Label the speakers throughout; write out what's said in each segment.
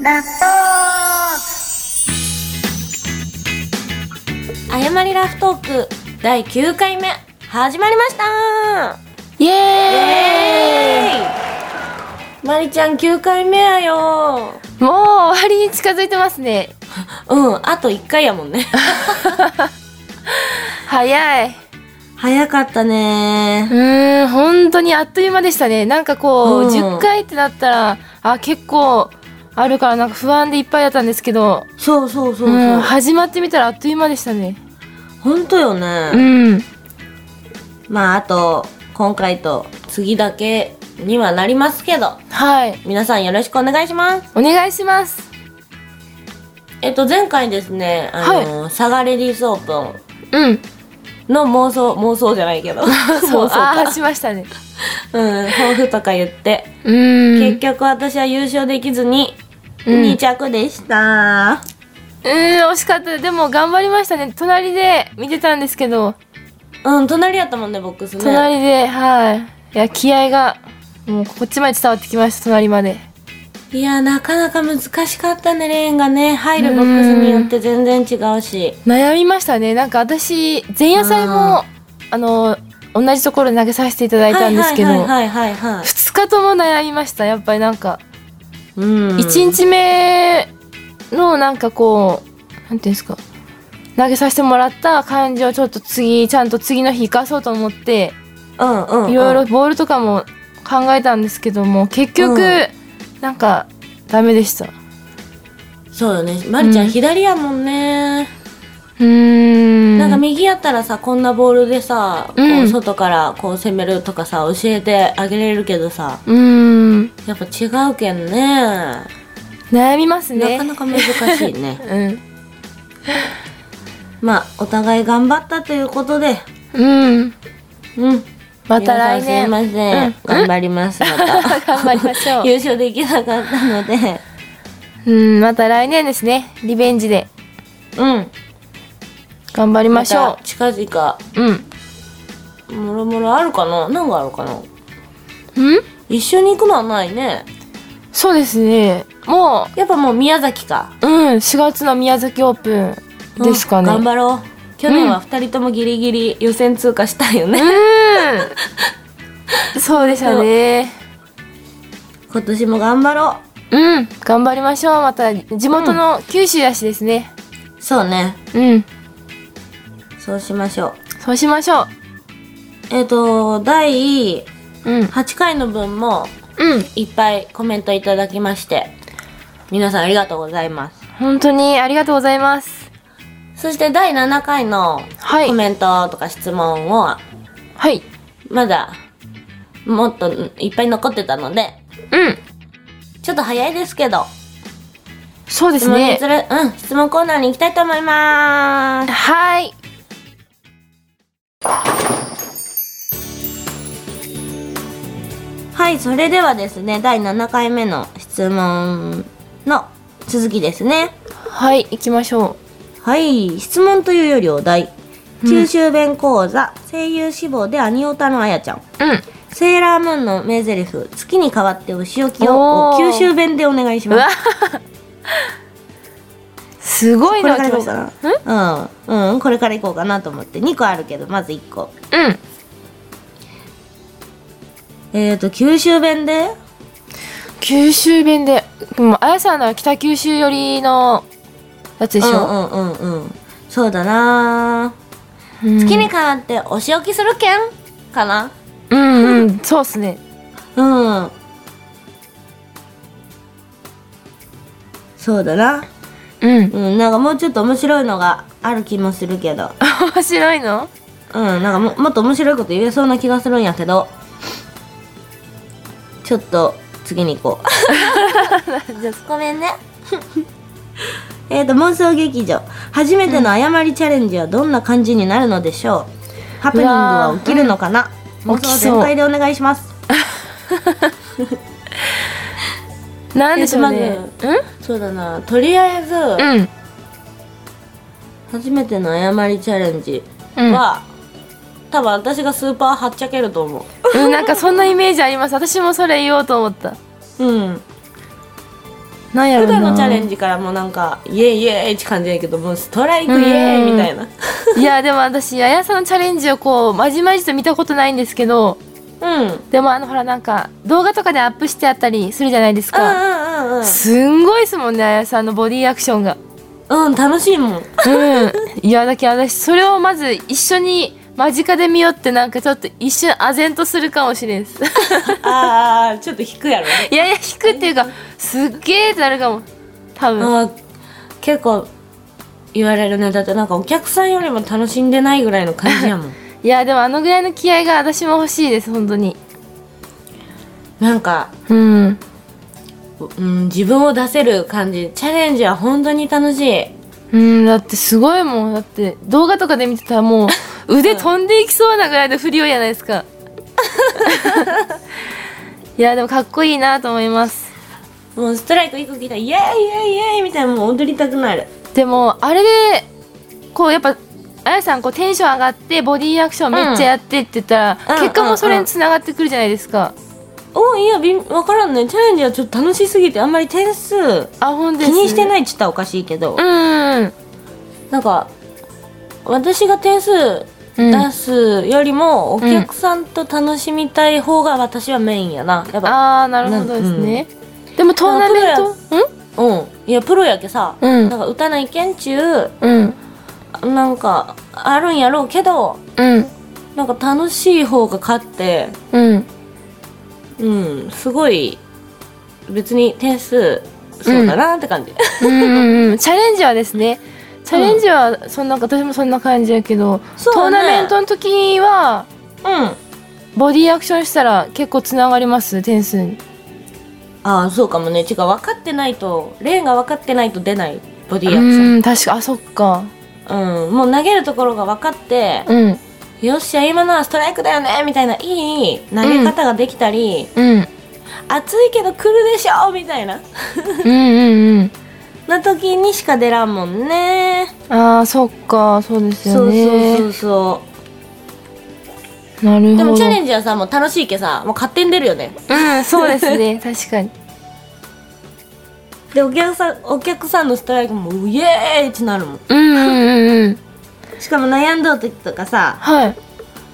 Speaker 1: 納豆
Speaker 2: 誤りラフトーク第9回目始まりました
Speaker 3: イエ
Speaker 2: イエ
Speaker 3: ーイ
Speaker 2: ーイまりちゃん9回目やよ
Speaker 3: もう終わりに近づいてますね
Speaker 2: うんあと1回やもんね
Speaker 3: 早いう
Speaker 2: 早かったね
Speaker 3: ーん本当にあっという間でしたねなんかこ
Speaker 2: う
Speaker 3: う、
Speaker 2: ん
Speaker 3: 10回ってなったらあ結構あるからなんか不安でいっぱいだったんですけど
Speaker 2: そうそうそうそう、
Speaker 3: うん始まってみたらあっという間でしたね
Speaker 2: ほんとよ
Speaker 3: う
Speaker 2: ね、
Speaker 3: ん
Speaker 2: まああと今回と次だけにはなりますけど
Speaker 3: はい
Speaker 2: 皆さんよろしくお願いします
Speaker 3: お願いします
Speaker 2: えっと前回ですねあの、サガレディスオープ
Speaker 3: うん
Speaker 2: ンの妄想妄想じゃないけど
Speaker 3: そう
Speaker 2: 妄想
Speaker 3: あ
Speaker 2: か
Speaker 3: ーしましたね
Speaker 2: うん抱負とか言って
Speaker 3: うーん
Speaker 2: 結局私は優勝できずに
Speaker 3: うん
Speaker 2: 2着でした、
Speaker 3: うーん惜しかったでも頑張りましたね隣で見てたんですけど
Speaker 2: うん、隣やったもんねボックスね
Speaker 3: 隣で、はい。いや、気合が、もうこっちまで伝わってきました、隣まで。
Speaker 2: いやなかなか難しかったねレーンがね入るボックスによって全然違うし
Speaker 3: 悩みましたね。なんか私、前夜祭も、あの、同じところで投げさせていただいたんですけど、二、
Speaker 2: はいはいはいはいはい、
Speaker 3: 日とも悩みました。やっぱりなんか、
Speaker 2: うん
Speaker 3: 一、日目のなんかこう、なんていうんですか、投げさせてもらった感じをちょっと次、ちゃんと次の日生かそうと思って、
Speaker 2: うんうんうん、
Speaker 3: いろいろボールとかも考えたんですけども、結
Speaker 2: う
Speaker 3: 局、
Speaker 2: ん
Speaker 3: なんか、ダメでした。
Speaker 2: そうよねまりちゃん、
Speaker 3: うん
Speaker 2: 左やもんね
Speaker 3: うーん。
Speaker 2: なんか右やったらさこんなボールでさ、
Speaker 3: う
Speaker 2: こ
Speaker 3: ん
Speaker 2: う外からこう攻めるとかさ教えてあげれるけどさ
Speaker 3: うーん。
Speaker 2: やっぱ違うけんね
Speaker 3: 悩みます
Speaker 2: な
Speaker 3: ね。
Speaker 2: かなか難しいね
Speaker 3: うん。
Speaker 2: まあお互い頑張ったということで
Speaker 3: うん。
Speaker 2: うん
Speaker 3: また来
Speaker 2: 皆
Speaker 3: 年。
Speaker 2: さんすいません、
Speaker 3: うん
Speaker 2: 頑張りますまた
Speaker 3: 頑張りましょう。
Speaker 2: 優勝できなかったので
Speaker 3: うん、また来年ですね。リベンジで
Speaker 2: うん
Speaker 3: 頑張りましょ
Speaker 2: た近々
Speaker 3: う。うん。
Speaker 2: もろもろあるかな何があるかな
Speaker 3: うん
Speaker 2: 一緒に行くのはないね
Speaker 3: そうですね。も
Speaker 2: やっぱもう宮崎か
Speaker 3: う、うん、4月の宮崎オープンですかね。
Speaker 2: うん頑張ろう去年は2人ともギリギリ予選通過したよね、
Speaker 3: うん。そうでしたね。
Speaker 2: 今年も頑張ろ
Speaker 3: うん。頑張りましょう。また、地元の九州だしですね。
Speaker 2: うそうね
Speaker 3: うん。
Speaker 2: そうしましょう
Speaker 3: そうしましょう。
Speaker 2: えっ、と第
Speaker 3: うん。
Speaker 2: 8回の分も
Speaker 3: うん。
Speaker 2: いっぱいコメントいただきまして皆さんありがとうございます
Speaker 3: 本当にありがとうございます。
Speaker 2: そして第7回の
Speaker 3: はい
Speaker 2: コ。メントとか質問を
Speaker 3: はい。
Speaker 2: まだもっといっぱい残ってたので
Speaker 3: うん。
Speaker 2: ちょっと早いですけど
Speaker 3: そうで
Speaker 2: 質
Speaker 3: す
Speaker 2: 問に
Speaker 3: ね
Speaker 2: つ。れ、うん、質問コーナーに行きたいと思います
Speaker 3: はい。
Speaker 2: はいそれではですね第7回目の質問の続きですね
Speaker 3: はい、行きましょ
Speaker 2: はい質問というよりお題
Speaker 3: うん
Speaker 2: 九州弁講座、声優志望で兄オタのあやちゃん
Speaker 3: う。うん。
Speaker 2: セーラームーンの名台詞月に代わってお仕置き
Speaker 3: お
Speaker 2: を」
Speaker 3: ー
Speaker 2: を九州弁でお願いし
Speaker 3: う
Speaker 2: ます
Speaker 3: わすごい
Speaker 2: これ
Speaker 3: な、
Speaker 2: から
Speaker 3: 今
Speaker 2: 行こう
Speaker 3: 日。
Speaker 2: かなうん、うん、これから行こうかなと思って2個あるけどまず1個
Speaker 3: うん。
Speaker 2: えっ、ー、と九州弁で
Speaker 3: 九州弁で、でもあやさんのは北九州寄りのやつでし
Speaker 2: う
Speaker 3: ょ。
Speaker 2: んうんうんうんそうだな
Speaker 3: うん
Speaker 2: 月に代わってお仕置きするけんかな
Speaker 3: うんうん、そうっすね。
Speaker 2: うんそうだな
Speaker 3: うん。
Speaker 2: うんなんかもうちょっと面白いのがある気もするけど
Speaker 3: 面白いの
Speaker 2: うんなんかももっと面白いこと言えそうな気がするんやけどちょっと次に行こう
Speaker 3: じゃあ
Speaker 2: ごめんね。えっと、妄想劇場。初めての誤りチャレンジはどんな感じになるのでしょう、ハプニングは起きるのかな、
Speaker 3: うわーうん
Speaker 2: 妄想全開でお願いします。
Speaker 3: なんでしょうね。
Speaker 2: そうだな。とりあえず、
Speaker 3: うんうん。
Speaker 2: 初めての誤りチャレンジ
Speaker 3: うん
Speaker 2: は、多分私がスーパーはっちゃけると思
Speaker 3: うん、なんかそんなイメージあります。私もそれ言おうと思った。
Speaker 2: う。うん。
Speaker 3: なんやろ
Speaker 2: 普
Speaker 3: うな
Speaker 2: 段のチャレンジからもなんかイエイイエイって感じやけどもうストライクイエイみたいない
Speaker 3: やでも私あやさんのチャレンジをこうまじまじと見たことないんですけど
Speaker 2: うん
Speaker 3: でもあのほらなんか動画とかでアップしてあったりするじゃないです
Speaker 2: う
Speaker 3: か
Speaker 2: んうんうん
Speaker 3: すんごいですもんねあやさんのボディアクションが
Speaker 2: うんうん楽しいもん
Speaker 3: うんいやだけど私それをまず一緒に間近で見よってなんかちょっと一瞬唖然とするかもしれんです
Speaker 2: ああちょっと引くやろね
Speaker 3: いやいや引くっていうかすっげーってなるかも多分
Speaker 2: あー結構言われるねだってなんかお客さんよりも楽しんでないぐらいの感じやもん
Speaker 3: いやでもあのぐらいの気合が私も欲しいです本当に
Speaker 2: なんか、
Speaker 3: うん
Speaker 2: うん、自分を出せる感じチャレンジは本当に楽しい
Speaker 3: うんだってすごいもんだって動画とかで見てたらも う腕飛んでいきそうなぐらいの振りようじゃないです かいやでもかっこいいなと思います
Speaker 2: もうストライク1個来たイエイイエイイエイみたいなもう踊りたくなる
Speaker 3: でもあれでこうやっぱあやさんこうテンション上がってボディアクションめっちゃやってって言ったら、
Speaker 2: うん
Speaker 3: 結果もそれにつながってくるじゃないですか、
Speaker 2: おいやびん分からんねチャレンジはちょっと楽しすぎてあんまり点数
Speaker 3: あほんで
Speaker 2: 気
Speaker 3: す
Speaker 2: にして
Speaker 3: い
Speaker 2: ないっちったらおかしいけど、
Speaker 3: うん
Speaker 2: なんか私が点数出すよりもお客さんと楽しみたい方が私はメインやなやっぱ
Speaker 3: ああなるほどですね、でもトーナメント
Speaker 2: うんいやプロやけさ、
Speaker 3: うん
Speaker 2: なんか歌ないけんちゅう
Speaker 3: うんうん
Speaker 2: なんかあるんやろうけど
Speaker 3: うん
Speaker 2: なんか楽しい方が勝って
Speaker 3: うん
Speaker 2: うんすごい別に点数そうだなって感じ、
Speaker 3: うんうんうんチャレンジはですねチャレンジはそんな、私もそんな感じやけど、ト
Speaker 2: そう
Speaker 3: ー
Speaker 2: ね
Speaker 3: ナメントの時は
Speaker 2: うん
Speaker 3: ボディアクションしたら結構つながります点数に
Speaker 2: ああそうかもね違う分かってないとレーンが分かってないと出ないボディアクション
Speaker 3: うん確かあそっか
Speaker 2: うん、もう投げるところが分かって、
Speaker 3: うん
Speaker 2: よっしゃ今のはストライクだよねみたいないい投げ方ができたり、
Speaker 3: うんうん
Speaker 2: 暑いけど来るでしょみたいな
Speaker 3: うんうん
Speaker 2: な時にしか出らんもんね
Speaker 3: ああそっかそうです
Speaker 2: そ
Speaker 3: よ
Speaker 2: うそう
Speaker 3: ね
Speaker 2: そうそ
Speaker 3: なるほど
Speaker 2: うでもチャレンジはさもう楽しいけさもう勝手に出るよね
Speaker 3: うんそうです ね確かに
Speaker 2: でお客さんお客さんのストライクもうイエーイってなるもん
Speaker 3: うんうんうんうん
Speaker 2: しかも悩んどう時とかさ
Speaker 3: はい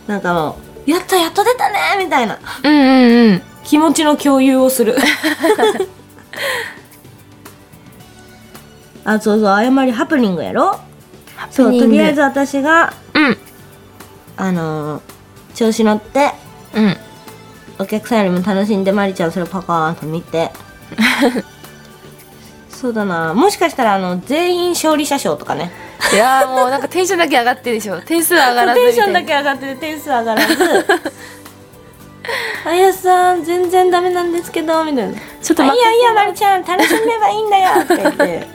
Speaker 2: なんかもうやったやっと出たねみたいな
Speaker 3: うんうんうん
Speaker 2: 気持ちの共有をする あそうそう謝りハプニングやろそうとりあえず私が
Speaker 3: うん
Speaker 2: あのー調子乗って
Speaker 3: うん
Speaker 2: お客さんよりも楽しんでまりちゃんそれをパカーンと見てそうだなもしかしたらあの全員勝利者賞とかね
Speaker 3: いやーもうなんかテンションだけ上がってるでしょ点数上がらず
Speaker 2: テン
Speaker 3: み
Speaker 2: シ
Speaker 3: た
Speaker 2: ョ
Speaker 3: い
Speaker 2: ン
Speaker 3: な
Speaker 2: だけ上がってて点数上がらずあやさん全然ダメなんですけどみたいな
Speaker 3: ちょっと
Speaker 2: あい
Speaker 3: 待って
Speaker 2: やいやまるちゃん楽しめばいいんだよって言って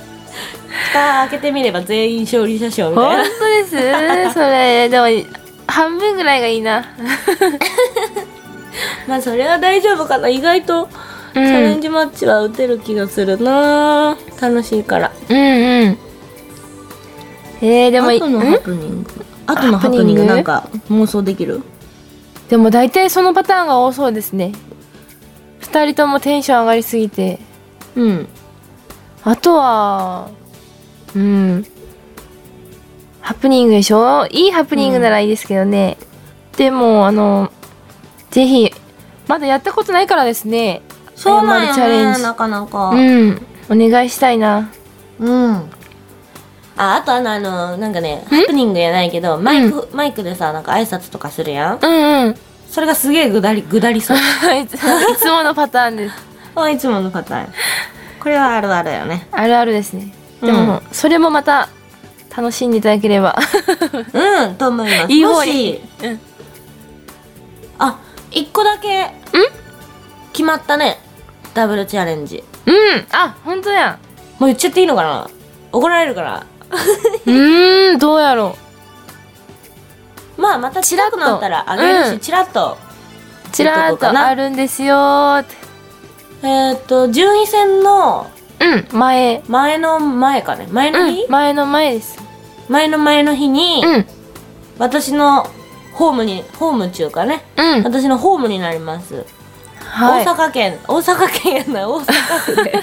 Speaker 2: 蓋開けてみれば全員勝利者賞みたい
Speaker 3: 本
Speaker 2: な
Speaker 3: 当 ですそれでも半分ぐらいがいいな
Speaker 2: まあそれは大丈夫かな意外とチャレンジマッチは打てる気がするな、楽しいから
Speaker 3: うんうんえー、でもい
Speaker 2: 後のハプニング後のハプニングなんか妄想できる
Speaker 3: でも大体そのパターンが多そうですね2人ともテンション上がりすぎて
Speaker 2: うん
Speaker 3: あとはうんハプニングでしょいいハプニングならいいですけどね、でもあのぜひまだやったことないからですね
Speaker 2: そうなん
Speaker 3: 謝る
Speaker 2: よ
Speaker 3: チャレンジ
Speaker 2: ねなかなか
Speaker 3: うんお願いしたいな
Speaker 2: うん、ああとあのあのなんかねハプニングやないけどマイク、マイクでさなんか挨拶とかするやん
Speaker 3: うんうん
Speaker 2: それがすげえぐだりぐだり そう
Speaker 3: いついつものパターンです
Speaker 2: あいつものパターンこれはあるあるよね
Speaker 3: あるあるですね。でも、それもまた楽しんでいただければ。
Speaker 2: うんと思います
Speaker 3: いい
Speaker 2: も
Speaker 3: 方
Speaker 2: し
Speaker 3: に。うん。
Speaker 2: あ一個だけ決まったねダブルチャレンジ
Speaker 3: うん。あ、本当やん。
Speaker 2: もう言っちゃっていいのかな怒られるから
Speaker 3: うーん、どうやろ
Speaker 2: まあまた
Speaker 3: チ
Speaker 2: ち
Speaker 3: ラ
Speaker 2: ら
Speaker 3: ッと
Speaker 2: くなったらあげるし
Speaker 3: うん
Speaker 2: ちらっと
Speaker 3: う。ちらーっとあるんですよーって。
Speaker 2: えーっと順位戦の
Speaker 3: うん、前。
Speaker 2: 前の前かね前の日、
Speaker 3: うん、前の前です。
Speaker 2: 前の前の日に、
Speaker 3: うん。
Speaker 2: 私のホームにホーム中かね
Speaker 3: うん。
Speaker 2: 私のホームになります
Speaker 3: はい
Speaker 2: 大阪県大阪県や ない大阪府で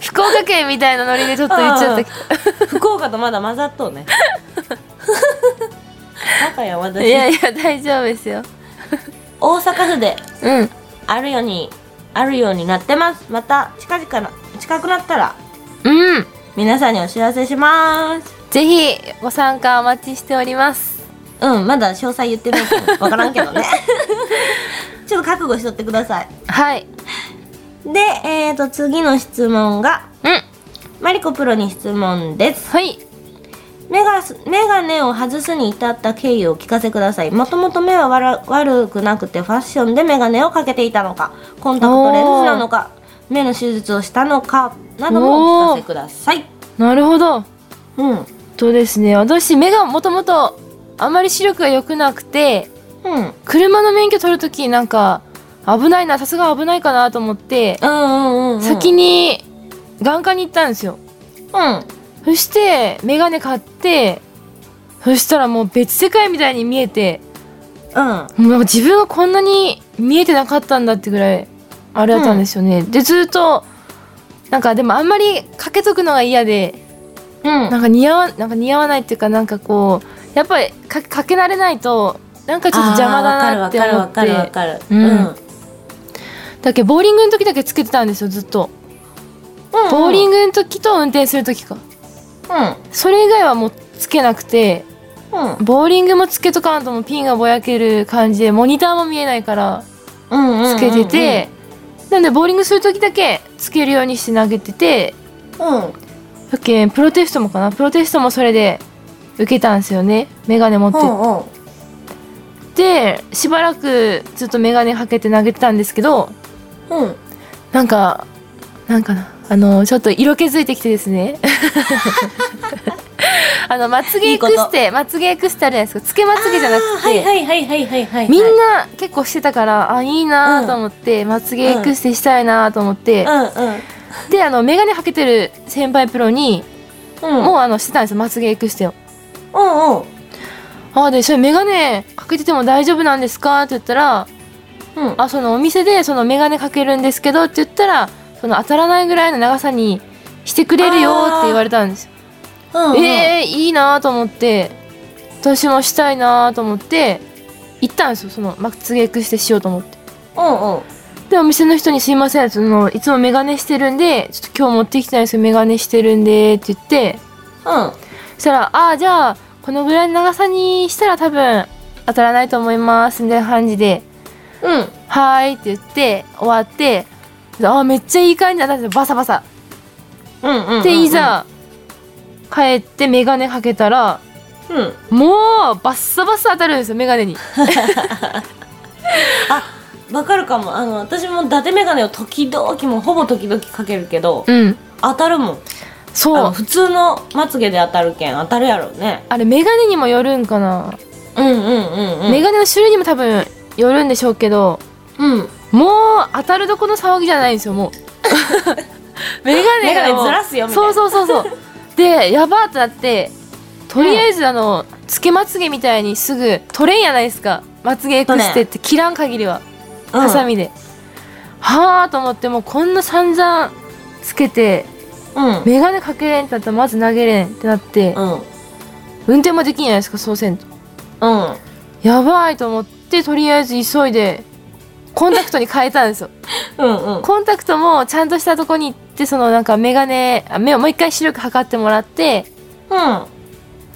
Speaker 3: 福岡県みたいなノリでちょっと言っちゃったけ
Speaker 2: 福岡とまだ混ざっとう ねバカや
Speaker 3: ど
Speaker 2: 私
Speaker 3: いやいや大丈夫ですよ
Speaker 2: 大阪府で
Speaker 3: うん
Speaker 2: あるようにあるようになってますまた近々な近くなったら
Speaker 3: うん
Speaker 2: 皆さんにお知らせします
Speaker 3: ぜひご参加お待ちしております
Speaker 2: うんまだ詳細言ってないから分からんけど ねちょっと覚悟しとってください
Speaker 3: はい
Speaker 2: でえー、と次の質問が
Speaker 3: うん
Speaker 2: マリコプロに質問です
Speaker 3: はい
Speaker 2: メガスメガネを外すに至った経緯をお聞かせくださいもともと目は悪悪くなくてファッションでメガネをかけていたのかコンタクトレンズなのか目の手術をしたのかなどもお聞かせください
Speaker 3: なるほど
Speaker 2: うんうん
Speaker 3: とですね私目がもともとあまり視力が良くなくて
Speaker 2: うん
Speaker 3: 車の免許取るときなんか危ないなさすが危ないかなと思って
Speaker 2: うんうん
Speaker 3: 先に眼科に行ったんですよ
Speaker 2: うん
Speaker 3: そして眼鏡買ってそしたらもう別世界みたいに見えて
Speaker 2: うん
Speaker 3: もうなんか自分はこんなに見えてなかったんだってぐらいあれだったんですよね、でずっとなんかでもあんまりかけとくのが嫌で
Speaker 2: うん
Speaker 3: なんか似合わなんか似合わないっていうかなんかこうやっぱりかかけ慣れないとなんかちょっと邪魔だなって思
Speaker 2: わかるわ
Speaker 3: って
Speaker 2: かるわかるわかる
Speaker 3: うんだけどボーリングの時だけつけてたんですよずっとボーリン
Speaker 2: グ
Speaker 3: グの時と運転する時か
Speaker 2: う
Speaker 3: それ以外はもうつけなくて
Speaker 2: ん
Speaker 3: ボーリングもつけとかんともうピンがぼやける感じでモニターも見えないから
Speaker 2: うんうん
Speaker 3: つけてて、なんでボーリングする時だけつけるようにして投げてて
Speaker 2: うんうん
Speaker 3: だっけプロテストもかなプロテストもそれで受けたんですよねメガネ持ってっ
Speaker 2: うん
Speaker 3: てしばらくずっとメガネかけて投げてたんですけど
Speaker 2: うん
Speaker 3: なんかなんかなあのちょっと色気づいてきてです ねあのまつげエクステまつげエクステあるじゃないですかつけまつげじゃなくて、
Speaker 2: はいはいはいはいはいはい
Speaker 3: みんな結構してたからあいいなと思って、まつげエクステしたいなと思って、
Speaker 2: うん
Speaker 3: であの眼鏡かけてる先輩プロに、
Speaker 2: うん
Speaker 3: もうあのしてたんですよまつげエクステを。
Speaker 2: うんうん
Speaker 3: ああでそれ眼鏡かけてても大丈夫なんですかって言ったら
Speaker 2: うん
Speaker 3: あそのお店でその眼鏡かけるんですけどって言ったらその当たらないぐらいの長さにしてくれるよって言われたんですよ。
Speaker 2: うんうん
Speaker 3: えー、いいなと思って私もしたいなと思って行ったんですよそのまつげエクステしようと思って。
Speaker 2: うんうん
Speaker 3: でお店の人に「すいませんそのいつもメガネしてるんでちょっと今日持ってきたんですよメガネしてるんで」って言って
Speaker 2: うん
Speaker 3: そしたら「ああじゃあこのぐらいの長さにしたら多分当たらないと思います」みたいな感じで
Speaker 2: うん
Speaker 3: 「はーい」って言って終わって「ああめっちゃいい感じだ」だってバサバサ。
Speaker 2: うんうんうん
Speaker 3: でいざ帰ってメガネかけたら
Speaker 2: うん
Speaker 3: もうバッサバサ当たるんですよメガネに。
Speaker 2: わかるかもあの私も伊達眼鏡を時々もうほぼ時々かけるけど
Speaker 3: うん
Speaker 2: 当たるもんあ
Speaker 3: そ
Speaker 2: の
Speaker 3: う
Speaker 2: 普通のまつげで当たるけん当たるやろうね
Speaker 3: あれメガネにもよるんかな、
Speaker 2: うんうんうんうん
Speaker 3: メガネの種類にも多分よるんでしょうけど
Speaker 2: うん
Speaker 3: もう当たるどこの騒ぎじゃないんですよもうメガネ
Speaker 2: 眼
Speaker 3: がも
Speaker 2: 鏡
Speaker 3: う
Speaker 2: ずらすよみたい
Speaker 3: そ
Speaker 2: な
Speaker 3: うそうそうそう でやばーってなってとりあえずあの、つけまつげみたいにすぐ取れんやないですかまつげエクステって切らん限りは
Speaker 2: うん
Speaker 3: ハサミで、はあと思ってもうこんな散々つけて
Speaker 2: うん
Speaker 3: メガネかけれんってなったらまず投げれんってなって、
Speaker 2: うん
Speaker 3: 運転もできんやないですかそうせんと
Speaker 2: うん
Speaker 3: やばいと思ってとりあえず急いでコンタクトに変えたんですよ
Speaker 2: うんうん
Speaker 3: コンタクトもちゃんとしたとこに行ってそのなんかメガネあ目をもう一回視力測ってもらって
Speaker 2: うん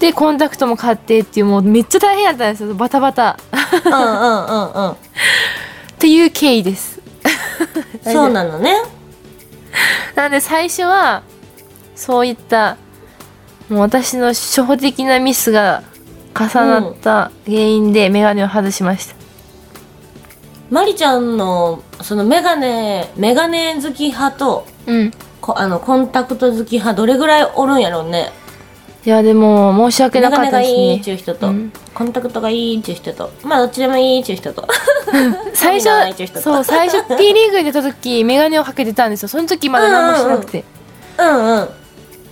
Speaker 3: でコンタクトも買ってっていうもうめっちゃ大変やったんですよバタバタ
Speaker 2: うんうんうん うん
Speaker 3: っていう経緯 です
Speaker 2: そうなのね
Speaker 3: なので最初はそういったもう私の初歩的なミスが重なった原因でメガネを外しました、
Speaker 2: まりちゃんのそのメガネメガネ好き派と
Speaker 3: うんい
Speaker 2: こあのコンタクト好き派どれぐらいおるんやろうね
Speaker 3: やでも申し訳
Speaker 2: メ
Speaker 3: な
Speaker 2: ガ
Speaker 3: かっ
Speaker 2: ネ
Speaker 3: た
Speaker 2: が
Speaker 3: です
Speaker 2: いいっ
Speaker 3: ね
Speaker 2: ちゅう人と、
Speaker 3: うん
Speaker 2: コンタクトがいいっちゅう人とまあどっちでもいいっちゅう人と
Speaker 3: 最
Speaker 2: 興味がないっていう
Speaker 3: 初
Speaker 2: 人と
Speaker 3: そう最初 P リーグに出た時メガネをかけてたんですよその時まだ何もしなくて、
Speaker 2: うんうん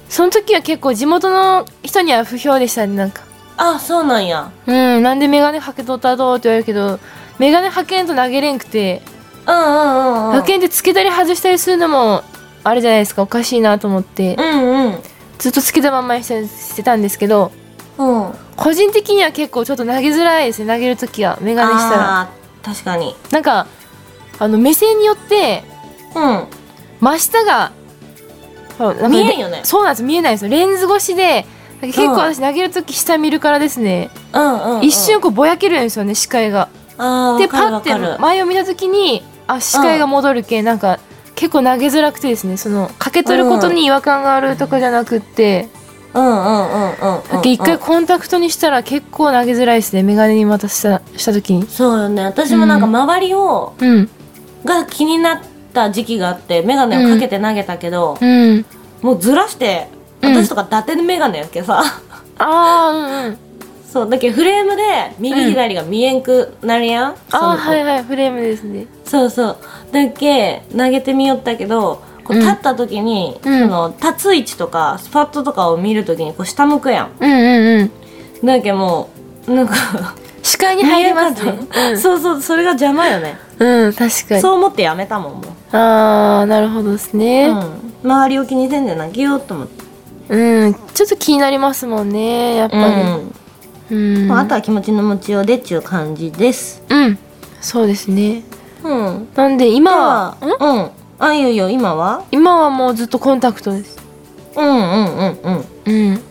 Speaker 3: その時は結構地元の人には不評でしたねなんか
Speaker 2: あそうなんや
Speaker 3: うんなんでメガネかけとったどうって言われるけどメガネかけんと投げれんくて
Speaker 2: うんうんうんうん
Speaker 3: 100円で付けたり外したりするのもあれじゃないですかおかしいなと思って
Speaker 2: うんうん
Speaker 3: ずっと付けたまんまにしてしてたんですけど
Speaker 2: うん
Speaker 3: 個人的には結構ちょっと投げづらいですね投げるときはメガネしたら
Speaker 2: あー確かに
Speaker 3: なんかあの目線によって
Speaker 2: うん
Speaker 3: 真下がほらなんか
Speaker 2: 見えんよね
Speaker 3: そうなんです見えないですよレンズ越しでなんか結構私投げるとき下見るからですね、
Speaker 2: うんうんうん
Speaker 3: 一瞬こうぼやけるんですよね視界が
Speaker 2: あー
Speaker 3: で
Speaker 2: わかる
Speaker 3: パッ
Speaker 2: わ
Speaker 3: て
Speaker 2: かる
Speaker 3: 前を見た時にあ視界が戻るけ、なんか結構投げづらくてですねそのかけ取ることに違和感があるとかじゃなくって、
Speaker 2: うんうんうんうんうん
Speaker 3: だっけ一回コンタクトにしたら結構投げづらいですね眼鏡にまたしたした時に
Speaker 2: そうよね私もなんか周りを、
Speaker 3: うん
Speaker 2: が気になった時期があって眼鏡をかけて投げたけど、
Speaker 3: うん
Speaker 2: もうずらして
Speaker 3: うん
Speaker 2: 私とか伊達の眼鏡やっけさ、
Speaker 3: あーうんうん
Speaker 2: そうだけどフレームで
Speaker 3: う
Speaker 2: 右
Speaker 3: ん
Speaker 2: 左が見えんくなるやん、
Speaker 3: あー
Speaker 2: その
Speaker 3: はいはいフレームですね
Speaker 2: そうそうだけ投げてみよったけどこう
Speaker 3: うん
Speaker 2: 立った時に、
Speaker 3: う
Speaker 2: そ
Speaker 3: ん
Speaker 2: の立つ位置とかスパットとかを見る時にこう下向くやん
Speaker 3: うんうんうん
Speaker 2: だけどもう なんか
Speaker 3: 視界に入りますね
Speaker 2: 見えんかったそうそうそれが邪魔よね
Speaker 3: うん、うん、確かに
Speaker 2: そう思ってやめたもんもう
Speaker 3: あーなるほどです
Speaker 2: う
Speaker 3: ね
Speaker 2: ん、周りを気にせんで投げようと思って、
Speaker 3: うん、ちょっと気になりますもんねやっぱりうん、
Speaker 2: まあ、あとは気持ちの持ちようでっちゅう感じです
Speaker 3: うんそうですね
Speaker 2: うん
Speaker 3: なんで今は
Speaker 2: 今はうんあいいよいいよ今は
Speaker 3: 今はもうずっとコンタクトです。
Speaker 2: うんうんうんうん
Speaker 3: うん。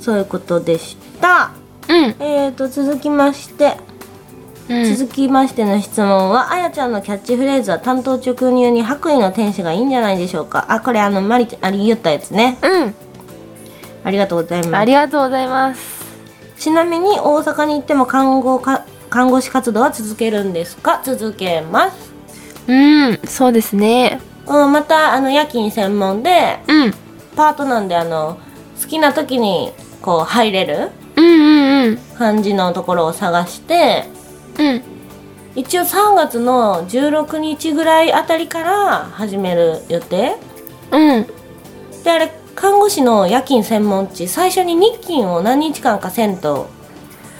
Speaker 2: そういうことでした
Speaker 3: うん。
Speaker 2: えーと続きまして
Speaker 3: うん、
Speaker 2: 続きましての質問は、あやちゃんのキャッチフレーズは担当直入に白衣の天使がいいんじゃないでしょうかあこれあのマリちゃんあれ言ったやつねありがとうございま
Speaker 3: あ
Speaker 2: す
Speaker 3: りがとうございます。
Speaker 2: ちなみに大阪に行っても看護か看護師活動は続けるんですか続けます
Speaker 3: うん、そうですね。
Speaker 2: うん、またあの夜勤専門で
Speaker 3: うん。うん
Speaker 2: パートなんであの好きな時にこう入れる
Speaker 3: うんうん。
Speaker 2: 感じのところを探して
Speaker 3: うん。
Speaker 2: 一応3月の16日ぐらいあたりから始める予定
Speaker 3: うん。
Speaker 2: であれ看護師の夜勤専門地最初に日勤を何日間かせんと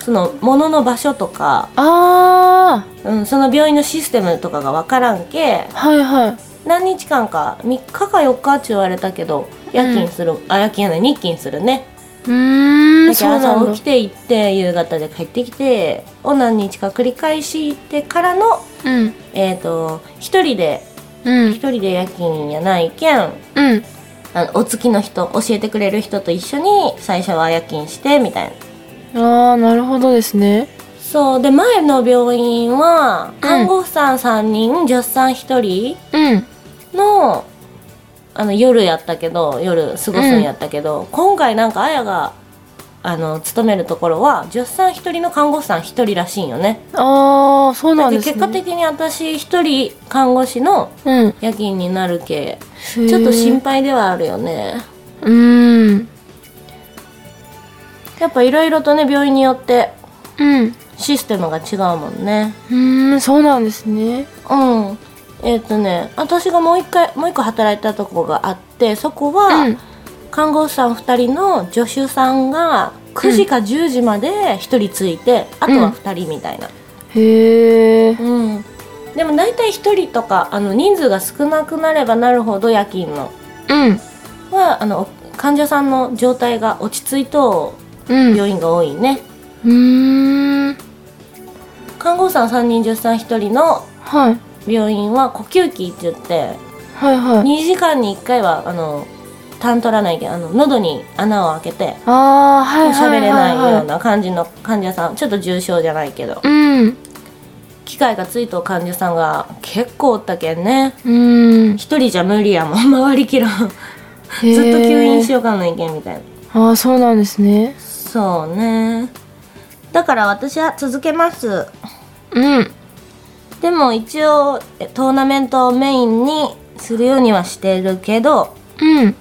Speaker 2: その物の場所とか、
Speaker 3: あ
Speaker 2: うん、その病院のシステムとかが分からんけ
Speaker 3: ー。はいはい。
Speaker 2: 何日間か3日か4日って言われたけど夜勤する、あ夜勤やない日勤するね
Speaker 3: うー
Speaker 2: だけ
Speaker 3: ん、そう
Speaker 2: ど
Speaker 3: なん
Speaker 2: 朝
Speaker 3: だ
Speaker 2: 起き。て行って夕方で帰ってきてを何日か繰り返し行ってからの
Speaker 3: うん。
Speaker 2: えっ、と一人で
Speaker 3: う
Speaker 2: 一
Speaker 3: ん。
Speaker 2: 人で夜勤やないけん
Speaker 3: うん。
Speaker 2: あのお月の人教えてくれる人と一緒に最初は夜勤してみたいな
Speaker 3: あー、なるほどですね。
Speaker 2: そうで前の病院は看護婦さん3人、助手さん1人
Speaker 3: うん。
Speaker 2: のあの夜やったけど夜過ごすんやったけど、今回なんかあやがあの勤めるところは助手さん1人の看護婦さん1人らしいんよね
Speaker 3: あー、そうなんですね。
Speaker 2: 結果的に私1人看護師の
Speaker 3: うん。
Speaker 2: 夜勤になるけ
Speaker 3: ち
Speaker 2: ちょっと心配ではあるよね
Speaker 3: うーん。
Speaker 2: やっぱいろいろとね病院によって
Speaker 3: うん。
Speaker 2: システムが違うもんね
Speaker 3: うーん、そうなんですね。
Speaker 2: うんえっ、とね私がもう一回もう一個働いたとこがあってそこは、
Speaker 3: うん。
Speaker 2: 看護師さん2人の助手さんが9時か10時まで1人ついて、あとは2人みたいな、
Speaker 3: へー。
Speaker 2: うん、でも大体1人とかあの人数が少なくなればなるほど夜勤の
Speaker 3: うん。
Speaker 2: はあの患者さんの状態が落ち着いと
Speaker 3: うん。
Speaker 2: 病院が多いね、
Speaker 3: うーん。
Speaker 2: 看護師さん3人助手さん1人の
Speaker 3: はい。
Speaker 2: 病院は呼吸器って言って
Speaker 3: はいはい。
Speaker 2: 2時間に1回はあのタン取らないけどあの喉に穴を開けて
Speaker 3: ああー、はいはいはい、はい。
Speaker 2: 喋れないような感じの患者さんちょっと重症じゃないけど
Speaker 3: うん。
Speaker 2: 機械がついと患者さんが結構おったけんね
Speaker 3: うん。
Speaker 2: 一人じゃ無理やもん回りきらんずっと吸引しようかないけんみたいな
Speaker 3: ああ、そうなんですね。
Speaker 2: そうねだから私は続けます
Speaker 3: うん。で
Speaker 2: でも一応えトーナメントをメインにするようにはしてるけど
Speaker 3: うん。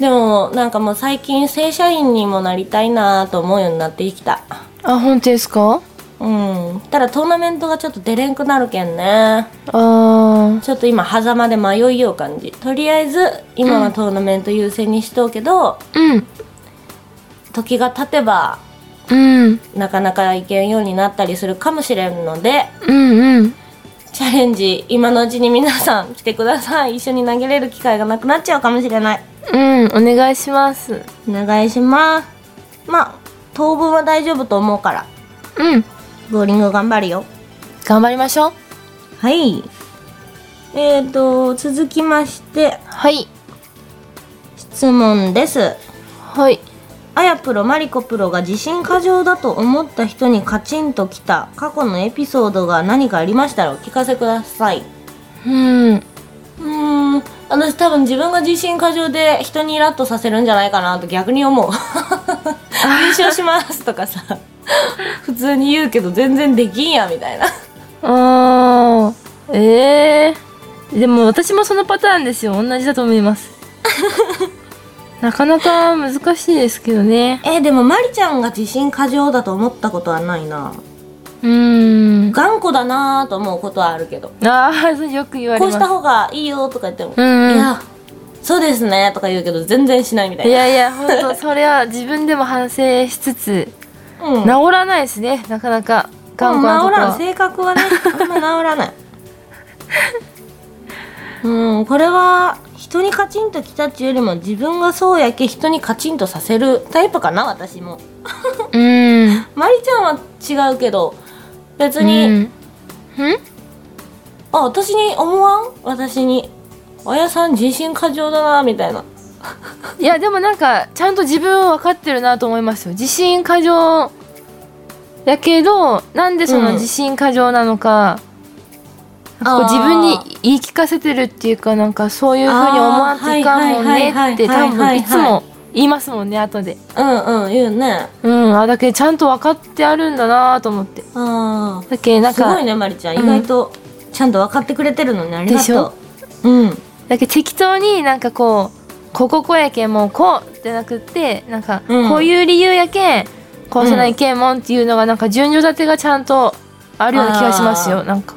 Speaker 2: でもなんかもう最近正社員にもなりたいなと思うようになってきた
Speaker 3: あ、本当ですか
Speaker 2: うんただトーナメントがちょっと出れんくなるけんね
Speaker 3: ああ。
Speaker 2: ちょっと今狭間で迷いよう感じとりあえず今はトーナメント優先にしとうけど、
Speaker 3: うん。
Speaker 2: 時が経てば
Speaker 3: うん。
Speaker 2: なかなか行けんようになったりするかもしれんので
Speaker 3: うんうん。
Speaker 2: チャレンジ今のうちに皆さん来てください一緒に投げれる機会がなくなっちゃうかもしれない
Speaker 3: うんお願いします
Speaker 2: お願いしますまあ当分は大丈夫と思うから
Speaker 3: うん
Speaker 2: ボーリング頑張るよ
Speaker 3: 頑張りましょう
Speaker 2: はいえーと続きまして
Speaker 3: はい
Speaker 2: 質問です
Speaker 3: はい
Speaker 2: あやプロマリコプロが自信過剰だと思った人にカチンときた過去のエピソードが何かありましたらお聞かせください
Speaker 3: うん
Speaker 2: うーん私多分自分が自信過剰で人にイラッとさせるんじゃないかなと逆に思う優勝しますとかさ普通に言うけど全然できんやみたいな
Speaker 3: あーえー、でも私もそのパターンですよ同じだと思います なかなか難しいですけどね
Speaker 2: えでもマリちゃんが自信過剰だと思ったことはないな
Speaker 3: うーん
Speaker 2: 頑固だなと思うことはあるけど
Speaker 3: ああよく言われ
Speaker 2: こ
Speaker 3: ま
Speaker 2: う
Speaker 3: す
Speaker 2: した方がいいよとか言っても、
Speaker 3: うんうん
Speaker 2: いやそうですねとか言うけど全然しないみたい
Speaker 3: い
Speaker 2: な
Speaker 3: やいや本当それは自分でも反省しつつ
Speaker 2: うん、
Speaker 3: 治らないですねなかなか頑固なと
Speaker 2: もう
Speaker 3: こ
Speaker 2: 治らん
Speaker 3: は
Speaker 2: 性格 はねあんま治らないうんこれは人にカチンときたっていうよりも自分がそうやけ人にカチンとさせるタイプかな私も
Speaker 3: うーん
Speaker 2: マリちゃんは違うけど別に、
Speaker 3: うんうん
Speaker 2: あ私に思わん私に親さん自信過剰だなみたいない
Speaker 3: やでもなんかちゃんと自分を分かってるなと思いますよ自信過剰やけどなんでその自信過剰なのか、なんかこう
Speaker 2: あー
Speaker 3: 自分に言い聞かせてるっていうかなんかそういうふうに思わんといかんもん
Speaker 2: あーはいはいはいはい
Speaker 3: ねって多
Speaker 2: はいは
Speaker 3: 分
Speaker 2: い
Speaker 3: いつも言いますもんね後で
Speaker 2: うんうん言うね
Speaker 3: うんあだけどちゃんと分かってあるんだなと思って
Speaker 2: あ
Speaker 3: だけどな
Speaker 2: あ
Speaker 3: ん
Speaker 2: す
Speaker 3: か
Speaker 2: ごいねマリちゃん
Speaker 3: う
Speaker 2: 意
Speaker 3: ん
Speaker 2: 外とちゃんと分かってくれてるのにありがとう
Speaker 3: でしょ
Speaker 2: うん
Speaker 3: だけど適当になんかこうこここやけんもうこうってなくってなんか
Speaker 2: うん
Speaker 3: こういう理由やけん、こうせないけんもんっていうのがなんか順序立てがちゃんとあるような気がします
Speaker 2: あ
Speaker 3: よなんか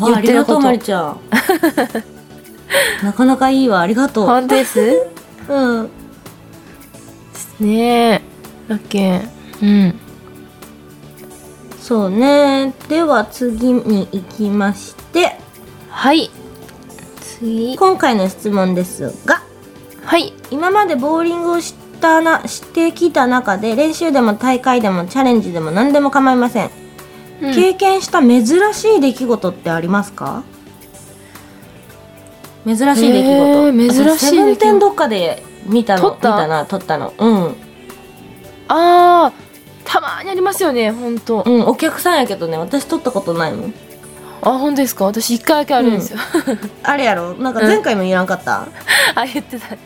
Speaker 2: わあ
Speaker 3: 言ってること
Speaker 2: ありがとうまりちゃ んなかなかいいわありがとう
Speaker 3: 本当です
Speaker 2: うん
Speaker 3: ねえだけんうん
Speaker 2: そうねでは次に行きまして
Speaker 3: はい次
Speaker 2: 今回の質問ですが
Speaker 3: はい
Speaker 2: 今までボーリングをしたなしてきた中で練習でも大会でもチャレンジでも何でも構いません、
Speaker 3: うん
Speaker 2: 経験した珍しい出来事ってありますか珍しい出来事、
Speaker 3: へー珍しい出来事
Speaker 2: 私セブンテンどっかで見たの
Speaker 3: 撮った
Speaker 2: 見たな撮ったのうん
Speaker 3: あーたまにありますよね本当
Speaker 2: うん、お客さんやけどね私撮ったことないもん
Speaker 3: あ本当ですか私一回だけあるんですよ、
Speaker 2: あれやろなんか前回も言らんかった、
Speaker 3: あ言ってた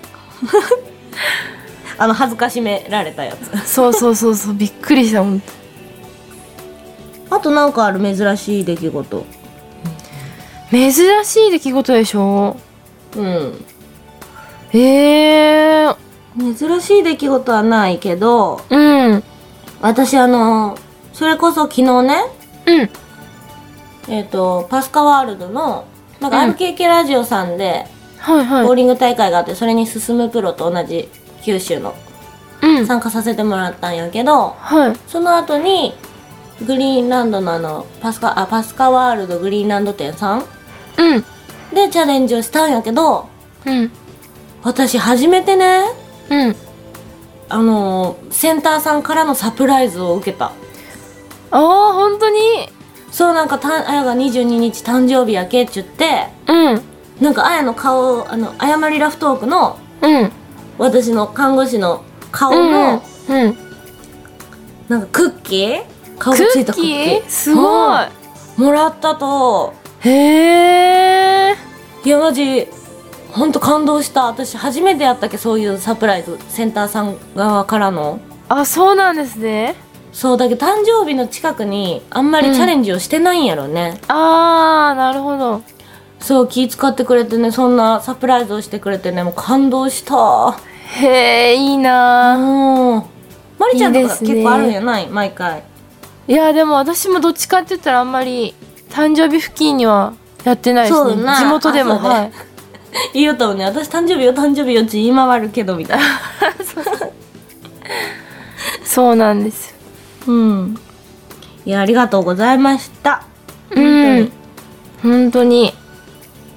Speaker 2: あの恥ずかしめられたやつ
Speaker 3: そうそうそうそうびっくりした本当
Speaker 2: あとなんかある珍しい出来事
Speaker 3: 珍しい出来事でしょ
Speaker 2: うん
Speaker 3: ええー、
Speaker 2: 珍しい出来事はないけど
Speaker 3: うん。
Speaker 2: 私あのそれこそ昨日ね
Speaker 3: うん。
Speaker 2: えっ、とパスカワールドのなんか
Speaker 3: うん
Speaker 2: RKK ラジオさんで
Speaker 3: はい
Speaker 2: ボ
Speaker 3: は
Speaker 2: ー
Speaker 3: い。
Speaker 2: リング大会があってそれに進むプロと同じ九州の
Speaker 3: うん。
Speaker 2: 参加させてもらったんやけど
Speaker 3: はい。
Speaker 2: その後にグリーンランドのあのパスカあパスカワールドグリーンランド店さん
Speaker 3: うん。
Speaker 2: でチャレンジをしたんやけど
Speaker 3: うん。
Speaker 2: 私初めてね
Speaker 3: うん。
Speaker 2: あのーセンターさんからのサプライズを受けた
Speaker 3: ああ、本当に
Speaker 2: そうなんかたあやが22日誕生日やけっちゅって
Speaker 3: うん。
Speaker 2: なんかあやの顔をあの誤りラフトークの
Speaker 3: うん。
Speaker 2: 私の看護師の顔
Speaker 3: うん
Speaker 2: の、。
Speaker 3: うん。
Speaker 2: なんかクッキー顔
Speaker 3: ク
Speaker 2: がつい
Speaker 3: ッ
Speaker 2: た
Speaker 3: キ
Speaker 2: クッキー
Speaker 3: ーすごい。
Speaker 2: うんもらったと
Speaker 3: へえ。
Speaker 2: いやマジほんと感動した私初めてやったっけそういうサプライズセンターさん側からの
Speaker 3: あ、そうなんですね。
Speaker 2: そうだけど誕生日の近くにあんまりチャレンジをしてないんやろね、
Speaker 3: ああ、なるほど。
Speaker 2: そう気使ってくれてねそんなサプライズをしてくれてねもう感動した
Speaker 3: へえ、いい
Speaker 2: あ
Speaker 3: なー
Speaker 2: のまりちゃんと
Speaker 3: いい
Speaker 2: か
Speaker 3: ですね
Speaker 2: 結構あるんやない毎回
Speaker 3: いや、でも私もどっちかって言ったらあんまり誕生日付近にはやってないですね。
Speaker 2: そうだな
Speaker 3: 地元でも。
Speaker 2: あそうね
Speaker 3: はい。
Speaker 2: 言うともね私誕生日よ誕生日よち言い回るけどみたいな
Speaker 3: そうなんですよ。
Speaker 2: うんいやありがとうございました
Speaker 3: うん。本当に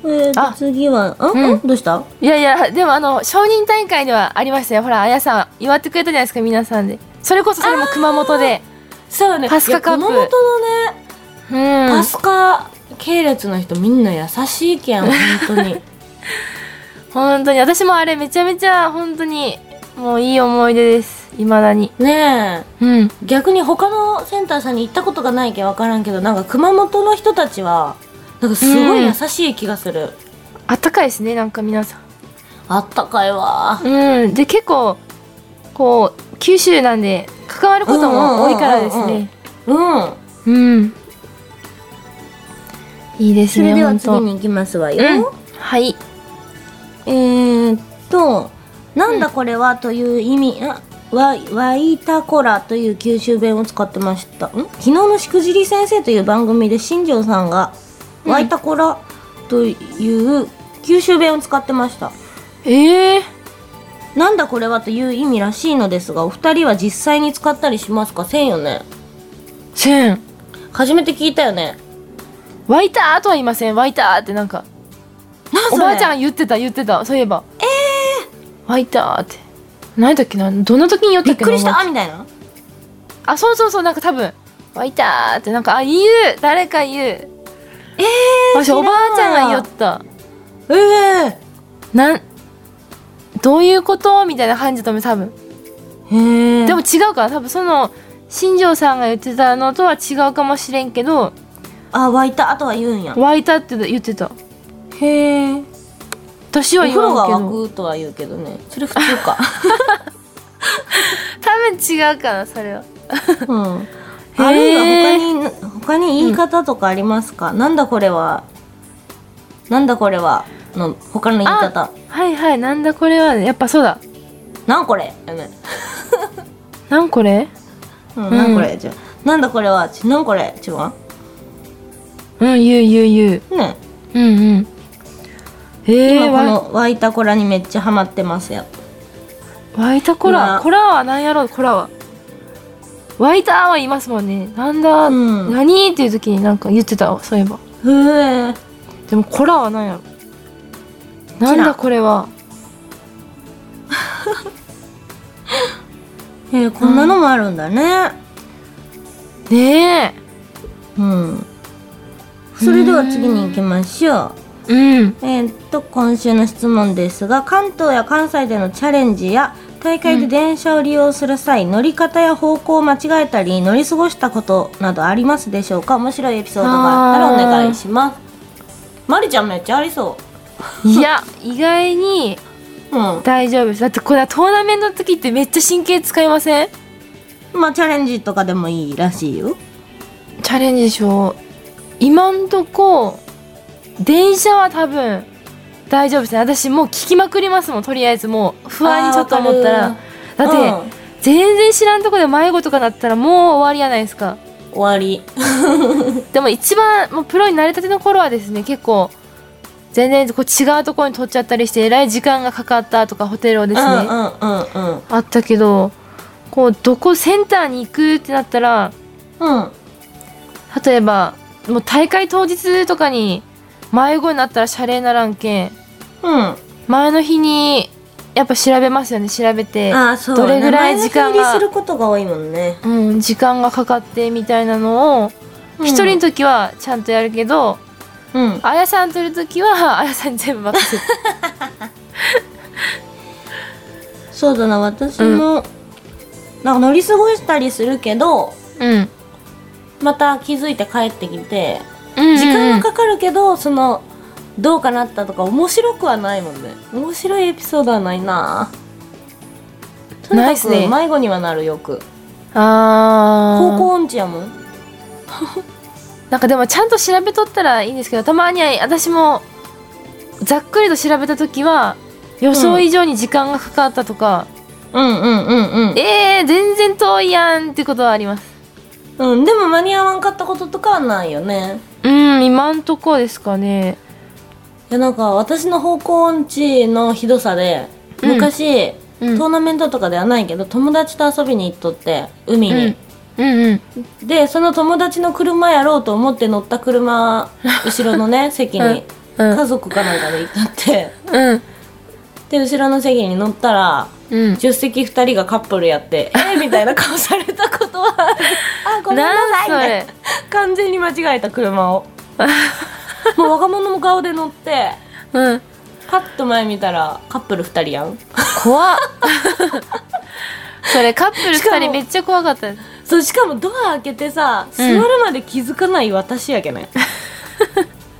Speaker 2: えーと、
Speaker 3: あ
Speaker 2: 次は、あ、
Speaker 3: うん
Speaker 2: ん、どうした
Speaker 3: いやいやでもあの承認大会ではありましたよほらあやさん祝ってくれたじゃないですか皆さんでそれこそそれも熊本で
Speaker 2: そうよね
Speaker 3: パスカカップ
Speaker 2: いや熊本のね、
Speaker 3: うん
Speaker 2: パスカ系列の人みんな優しいけん本当 に
Speaker 3: 本当に私もあれめちゃめちゃ本当にもういい思い出ですいまだに
Speaker 2: ねえ
Speaker 3: うん
Speaker 2: 逆に他のセンターさんに行ったことがないけん分からんけどなんか熊本の人たちはなんかすごい優しい気がする、
Speaker 3: あったかいですねなんか皆さん
Speaker 2: あったかいわ
Speaker 3: うんで結構こう九州なんで関わることも多いからですね
Speaker 2: うん
Speaker 3: うんいいです
Speaker 2: そ
Speaker 3: ね
Speaker 2: れでは
Speaker 3: 本当
Speaker 2: 次に行きますわ
Speaker 3: うん
Speaker 2: よ、
Speaker 3: はい
Speaker 2: えー、っと「なんだこれは」という意味、あわわいたこらという九州弁を使ってましたん昨日の「しくじり先生」という番組で新庄さんが「
Speaker 3: うん
Speaker 2: わいたこら」という九州弁を使ってました
Speaker 3: ええ
Speaker 2: なんだこれはという意味らしいのですがお二人は実際に使ったりしますかせんよね
Speaker 3: せん
Speaker 2: 初めて聞いたよね
Speaker 3: 湧いたーとは言いません湧いたーってなんか
Speaker 2: なん
Speaker 3: おばあちゃん
Speaker 2: ん
Speaker 3: が言ってた言ってたそういえばええ湧いたーって何だっけなどんな時に言った
Speaker 2: びっ
Speaker 3: っけな
Speaker 2: くりした
Speaker 3: おばあちゃん
Speaker 2: みたいな
Speaker 3: あそうそうそうなんか多分「湧いた」ってなんかあ言う誰か言う
Speaker 2: え
Speaker 3: 私おばあちゃんが言おった
Speaker 2: ええ
Speaker 3: なんどういうことみたいな感じだと思う多分
Speaker 2: へえ
Speaker 3: でも違うから多分その新庄さんが言ってたのとは違うかもしれんけど
Speaker 2: あ湧いたあとは言うん
Speaker 3: 「
Speaker 2: や
Speaker 3: 湧いた」って言ってた
Speaker 2: へえ
Speaker 3: 私
Speaker 2: お
Speaker 3: は
Speaker 2: 風
Speaker 3: 言
Speaker 2: 呂が
Speaker 3: わんけど
Speaker 2: 沸くとは言うけどねそれ普通 か
Speaker 3: 多分違うかなそれは
Speaker 2: うん
Speaker 3: へー
Speaker 2: あるいは他に他に言い方とかありますか、なんだこれはなんだこれはの他の言い方
Speaker 3: はいはいなんだこれはやっぱそうだ
Speaker 2: なんこれやね
Speaker 3: なんこれ
Speaker 2: うん、
Speaker 3: ん
Speaker 2: なんこれじゃあなんだこれはちなんこれちわ
Speaker 3: うん言う言う言う
Speaker 2: ね
Speaker 3: うんうんええ
Speaker 2: 今こ
Speaker 3: ー、
Speaker 2: の湧いたこらにめっちゃハマってますよ
Speaker 3: 湧いたこら
Speaker 2: 今
Speaker 3: こらは何やろうこらは湧いたは言いますもんねなんだ、
Speaker 2: うん
Speaker 3: 何っていう時になんか言ってたそういえば
Speaker 2: へえ
Speaker 3: でもこらは何やろなんだこれは
Speaker 2: へえこんなのもあるんだね
Speaker 3: ね
Speaker 2: うん、それでは次に行きましょう
Speaker 3: えうん
Speaker 2: えーっと今週の質問ですが関東や関西でのチャレンジや大会で電車を利用する際、乗り方や方向を間違えたり乗り過ごしたことなどありますでしょうか面白いエピソードがあったらお願いしますまりちゃんめっちゃありそ
Speaker 3: いや意外に
Speaker 2: うう
Speaker 3: 大丈夫ですだってこれはトーナメントの時ってめっちゃ神経使いません
Speaker 2: んまあチャレンジとかでもいいらしいよ
Speaker 3: チャレンジでしょ今んとこ電車は多分大丈夫ですね私もう聞きまくりますもんとりあえずもう不安にちょっと思った
Speaker 2: あー
Speaker 3: ら
Speaker 2: わか
Speaker 3: だって、
Speaker 2: うん
Speaker 3: 全然知らんとこで迷子とかなったらもう終わりやないですか
Speaker 2: 終わり
Speaker 3: でも一番もうプロになれたての頃はですね結構全然こう違うところに取っちゃったりしてえらい時間がかかったとかホテルをですね、
Speaker 2: うんうんうんうん
Speaker 3: あったけどこうどこセンターに行くってなったら
Speaker 2: うん
Speaker 3: 例えばもう大会当日とかに迷子になったら謝礼ならんけん
Speaker 2: うん
Speaker 3: 前の日にやっぱ調べますよね調べて
Speaker 2: あーそう
Speaker 3: どれぐらい時間
Speaker 2: 名前の整理
Speaker 3: が
Speaker 2: することが多いもんね
Speaker 3: うん、時間がかかってみたいなのを
Speaker 2: うん
Speaker 3: 一、人の時はちゃんとやるけど
Speaker 2: うん
Speaker 3: あやさんといる時はあやさんに全部任せて
Speaker 2: そうだな私も、なんか乗り過ごしたりするけど
Speaker 3: うん
Speaker 2: また気づいて帰ってきて
Speaker 3: うん
Speaker 2: 時間がかかるけど、そのどうかなったとか面白くはないもんね面白いエピソードはないなとに
Speaker 3: ない
Speaker 2: か
Speaker 3: っ
Speaker 2: く
Speaker 3: すね
Speaker 2: 迷子にはなるよく
Speaker 3: あ
Speaker 2: 高
Speaker 3: ー
Speaker 2: 校音痴やもん
Speaker 3: なんかでもちゃんと調べとったらいいんですけどたまには私もざっくりと調べた時は予想以上に時間がかかったとか、
Speaker 2: うんうんうんうん
Speaker 3: えー、全然遠いやんってことはあります
Speaker 2: うんでも間に合わんかったこととかはないよね
Speaker 3: うん今んとこですかね
Speaker 2: いやなんか私の方向音痴のひどさで
Speaker 3: うん
Speaker 2: 昔、
Speaker 3: うん
Speaker 2: トーナメントとかではないけど友達と遊びに行っとって海に、
Speaker 3: うんうんうん
Speaker 2: でその友達の車やろうと思って乗った車後ろの ね席に、
Speaker 3: うん
Speaker 2: 家族かなんかで行っって
Speaker 3: うん
Speaker 2: で後ろの席に乗ったら
Speaker 3: うん
Speaker 2: 助手席2人がカップルや って「えみたいな顔されたことはあるあごめんなさい」みたい
Speaker 3: なん
Speaker 2: な完全に間違えた車 をもう若者の顔で乗って
Speaker 3: うん
Speaker 2: パッと前見たらカップル2人やん
Speaker 3: 怖っそれカップル
Speaker 2: しか
Speaker 3: 2
Speaker 2: も
Speaker 3: 人めっちゃ怖かったです
Speaker 2: そうしかもドア開けてさ座るまで気づかない私やけ ね、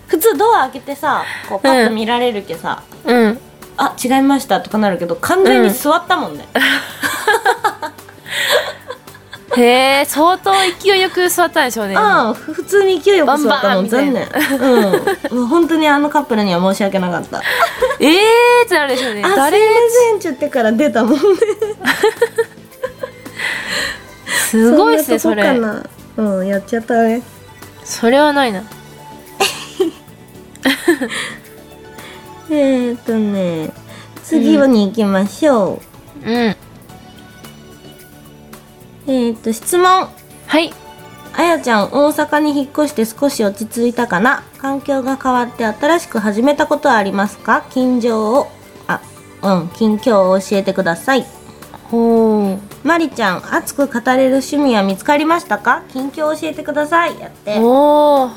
Speaker 2: 普通ドア開けてさこうパッと見られるけさ、
Speaker 3: うん
Speaker 2: あ違いましたとかなるけど完全に座ったもんね、
Speaker 3: へえ相当勢いよく座ったんでしょうね
Speaker 2: ああふ普通に勢いよく座った
Speaker 3: バ
Speaker 2: も
Speaker 3: ンバン
Speaker 2: ん
Speaker 3: みたい
Speaker 2: 残
Speaker 3: な
Speaker 2: 念うんもう本当にあのカップルには申し訳なかった
Speaker 3: えーってなるでしょうね
Speaker 2: あ
Speaker 3: 誰
Speaker 2: すいませんちゅってから出たもんね
Speaker 3: すごいですね
Speaker 2: ん
Speaker 3: そ
Speaker 2: なと
Speaker 3: れ
Speaker 2: こかなうんやっちゃったね
Speaker 3: それはないな
Speaker 2: えー、っとね次に行きましょ
Speaker 3: うん
Speaker 2: う、えー、っと質問
Speaker 3: はい
Speaker 2: あやちゃん大阪に引っ越して少し落ち着いたかな環境が変わって新しく始めたことはありますか近所をあうん近況を教えてください
Speaker 3: ほう
Speaker 2: まりちゃん熱く語れる趣味は見つかりましたか近況を教えてくださいやって
Speaker 3: おお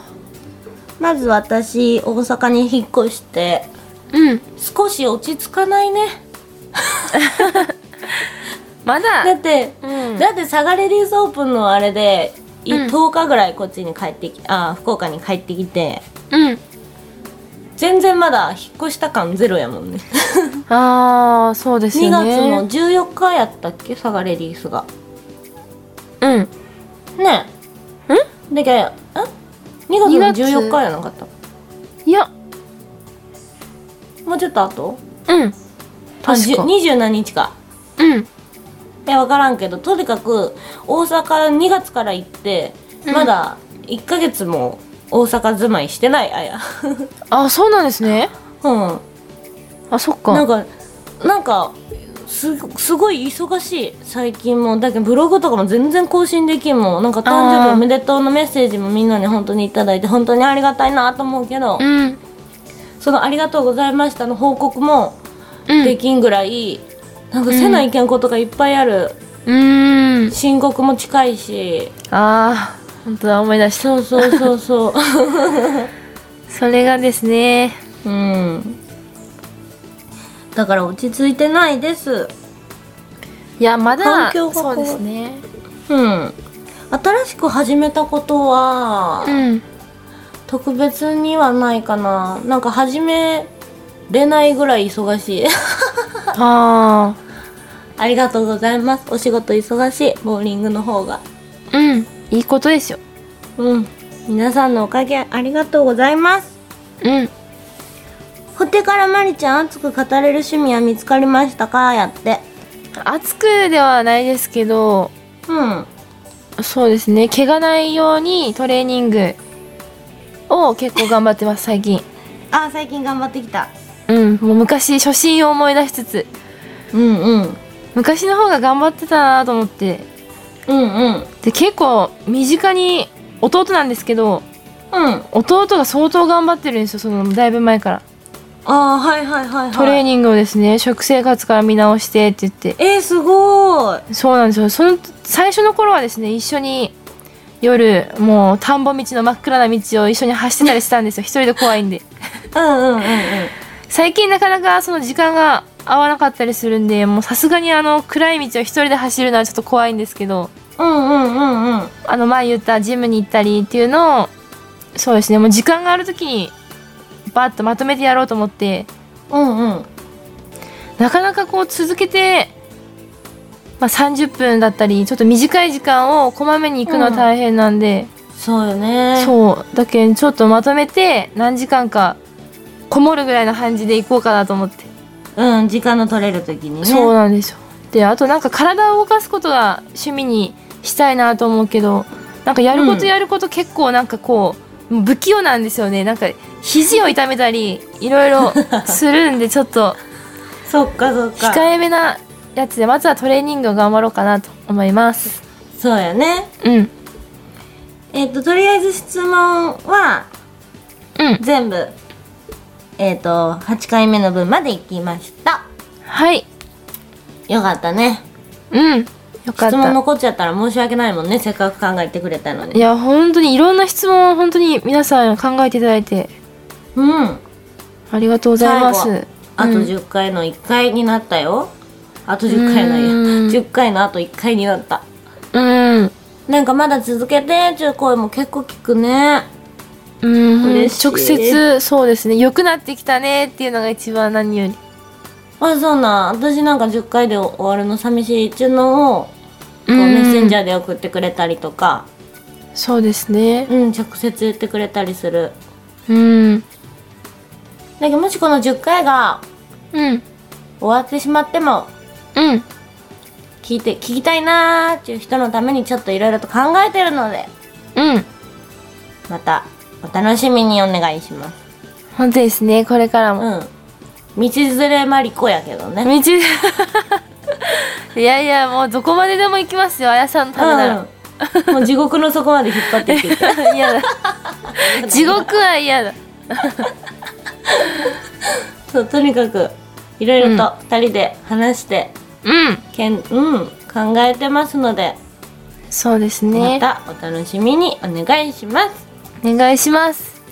Speaker 2: まず私大阪に引っ越して
Speaker 3: うん
Speaker 2: 少し落ち着かないね
Speaker 3: まだ
Speaker 2: だって、
Speaker 3: うん
Speaker 2: だってサガレディースオープンのあれで、い
Speaker 3: うん
Speaker 2: 10日ぐらいこっちに帰ってきあ福岡に帰ってきて
Speaker 3: うん
Speaker 2: 全然まだ引っ越した感ゼロやもんね
Speaker 3: ああそうです
Speaker 2: 2
Speaker 3: よ
Speaker 2: 月
Speaker 3: ね
Speaker 2: の14日やったっけサガレディースが
Speaker 3: うん
Speaker 2: ねえんだけどん2月の14日やなかった
Speaker 3: いや
Speaker 2: もうちょっと後
Speaker 3: うん
Speaker 2: あ
Speaker 3: 確
Speaker 2: じゅ
Speaker 3: か
Speaker 2: 二十何日か
Speaker 3: うん
Speaker 2: いや分からんけどとにかく大阪2月から行って、
Speaker 3: うん
Speaker 2: まだ1ヶ月も大阪住まいしてないあや
Speaker 3: あそうなんですね
Speaker 2: うん
Speaker 3: あそっか
Speaker 2: なんかなんかすすごい忙しい最近もだけどブログとかも全然更新できんもんなんか誕生日
Speaker 3: あー
Speaker 2: おめでとうのメッセージもみんなに本当にいただいて本当にありがたいなと思うけど、
Speaker 3: うん
Speaker 2: その「ありがとうございました」の報告も
Speaker 3: うん
Speaker 2: できんぐらい、なんかせないけんことがいっぱいある、
Speaker 3: うーん
Speaker 2: 申告も近いし
Speaker 3: ああ本当だ思い出した
Speaker 2: そうそうそう そう
Speaker 3: それがですね
Speaker 2: うん。だから落ち着いてないです。
Speaker 3: いやまだ
Speaker 2: 環境がこ
Speaker 3: そううですね
Speaker 2: うん。新しく始めたことは、
Speaker 3: うん
Speaker 2: 特別にはないかな。なんか始めれないぐらい忙しい。
Speaker 3: あ
Speaker 2: ありがとうございます。お仕事忙しい。ボーリングの方が。
Speaker 3: あうんいいことですよ
Speaker 2: うん。皆さんのおかげありがとうございます。
Speaker 3: うん
Speaker 2: ホテからまりちゃん熱く語れる趣味は見つかりましたかやって。
Speaker 3: 暑くではないですけど
Speaker 2: うん。
Speaker 3: そうですね怪我ないようにトレーニングを結構頑張ってます最近
Speaker 2: あ、最近頑張ってきた。
Speaker 3: うんもう昔初心を思い出しつつ
Speaker 2: うんうん。
Speaker 3: 昔の方が頑張ってたなと思って
Speaker 2: うんうん。
Speaker 3: で結構身近に弟なんですけど
Speaker 2: うん。
Speaker 3: 弟が相当頑張ってるんですよそのだいぶ前から
Speaker 2: ああはいはいはいはい
Speaker 3: トレーニングをですね食生活から見直してって言って
Speaker 2: えー、すごーい
Speaker 3: そうなんですよその最初の頃はですね一緒に夜もう田んぼ道の真っ暗な道を一緒に走ってたりしたんですよ一人で怖いんで
Speaker 2: うんうんうんうん
Speaker 3: 最近なかなかその時間が合わなかったりするんでもうさすがにあの暗い道を一人で走るのはちょっと怖いんですけど
Speaker 2: うんうんうんうん
Speaker 3: あの前言ったジムに行ったりっていうのをそうですねもう時間がある時にバッとまとめてやろうと思って
Speaker 2: うんうん
Speaker 3: なかなかこう続けて、まあ、30分だったりちょっと短い時間をこまめに行くのは大変なんで、
Speaker 2: そうよねう
Speaker 3: そうだけどちょっとまとめて何時間かこもるぐらいの感じで行こうかなと思って、
Speaker 2: ん時間の取れる時にね
Speaker 3: そうなんですよであとなんか体を動かすことが趣味にしたいなと思うけどなんかやるこ
Speaker 2: うん
Speaker 3: とやること結構なんかこう、不器用なんですよねなんか肘を痛めたりいろいろするんでちょ っと
Speaker 2: そっかそっか
Speaker 3: 控えめなやつでまずはトレーニングを頑張ろうかなと思います
Speaker 2: そうやね
Speaker 3: うん
Speaker 2: えっ、ととりあえず質問は
Speaker 3: うん
Speaker 2: 全部えっ、と8回目の分まで行きました
Speaker 3: はい
Speaker 2: よかったね
Speaker 3: うんよかっ
Speaker 2: 質問
Speaker 3: た
Speaker 2: 残っちゃったら申し訳ないもんねせっかく考えてくれたの
Speaker 3: い
Speaker 2: に
Speaker 3: や本当にいろんな質問を本当に皆さん考えていただいて
Speaker 2: うん
Speaker 3: ありがとうございます
Speaker 2: あと
Speaker 3: うん
Speaker 2: 10回の1回になったよ、あと10回のいや
Speaker 3: うん
Speaker 2: 10回のあと1回になった
Speaker 3: うん
Speaker 2: なんかまだ続けてっていう声も結構聞くね
Speaker 3: うん、直
Speaker 2: 嬉しい
Speaker 3: 接そうですね良くなってきたねっていうのが一番何より
Speaker 2: あそうなん私なんか10回で終わるの寂しいっていうのをこう
Speaker 3: うん
Speaker 2: メッセンジャーで送ってくれたりとか、
Speaker 3: そうですね
Speaker 2: うん、直接言ってくれたりする
Speaker 3: うん
Speaker 2: だけどもしこの10回が
Speaker 3: うん
Speaker 2: 終わってしまっても
Speaker 3: うん
Speaker 2: 聞いて聞きたいなーっていう人のためにちょっといろいろと考えてるので
Speaker 3: うん
Speaker 2: またお楽しみにお願いします
Speaker 3: 本当ですねこれからも
Speaker 2: うん道連れマリコやけどね
Speaker 3: 道 いやいやもうどこまででも行きますよあやさんのためなら、
Speaker 2: うん、もう地獄の底まで引っ張ってきて
Speaker 3: 嫌だ地獄は嫌だ
Speaker 2: そうとにかくいろいろと二人で話して、
Speaker 3: うん
Speaker 2: けんうん、考えてますので、
Speaker 3: そうですね
Speaker 2: またお楽しみにお願いします
Speaker 3: お願いします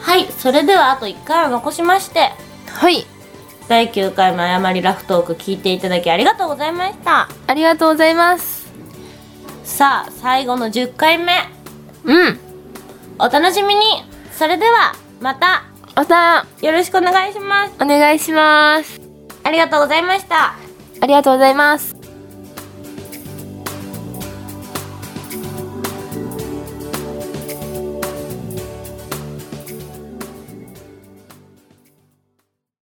Speaker 2: はいそれではあと1回を残しまして
Speaker 3: はい
Speaker 2: 第9回の誤りラフトーク聞いていただきありがとうございました
Speaker 3: ありがとうございます
Speaker 2: さあ最後の10回目
Speaker 3: うん
Speaker 2: お楽しみにそれではまた
Speaker 3: また
Speaker 2: よろしくお願いします
Speaker 3: お願いします
Speaker 2: ありがとうございました
Speaker 3: ありがとうございます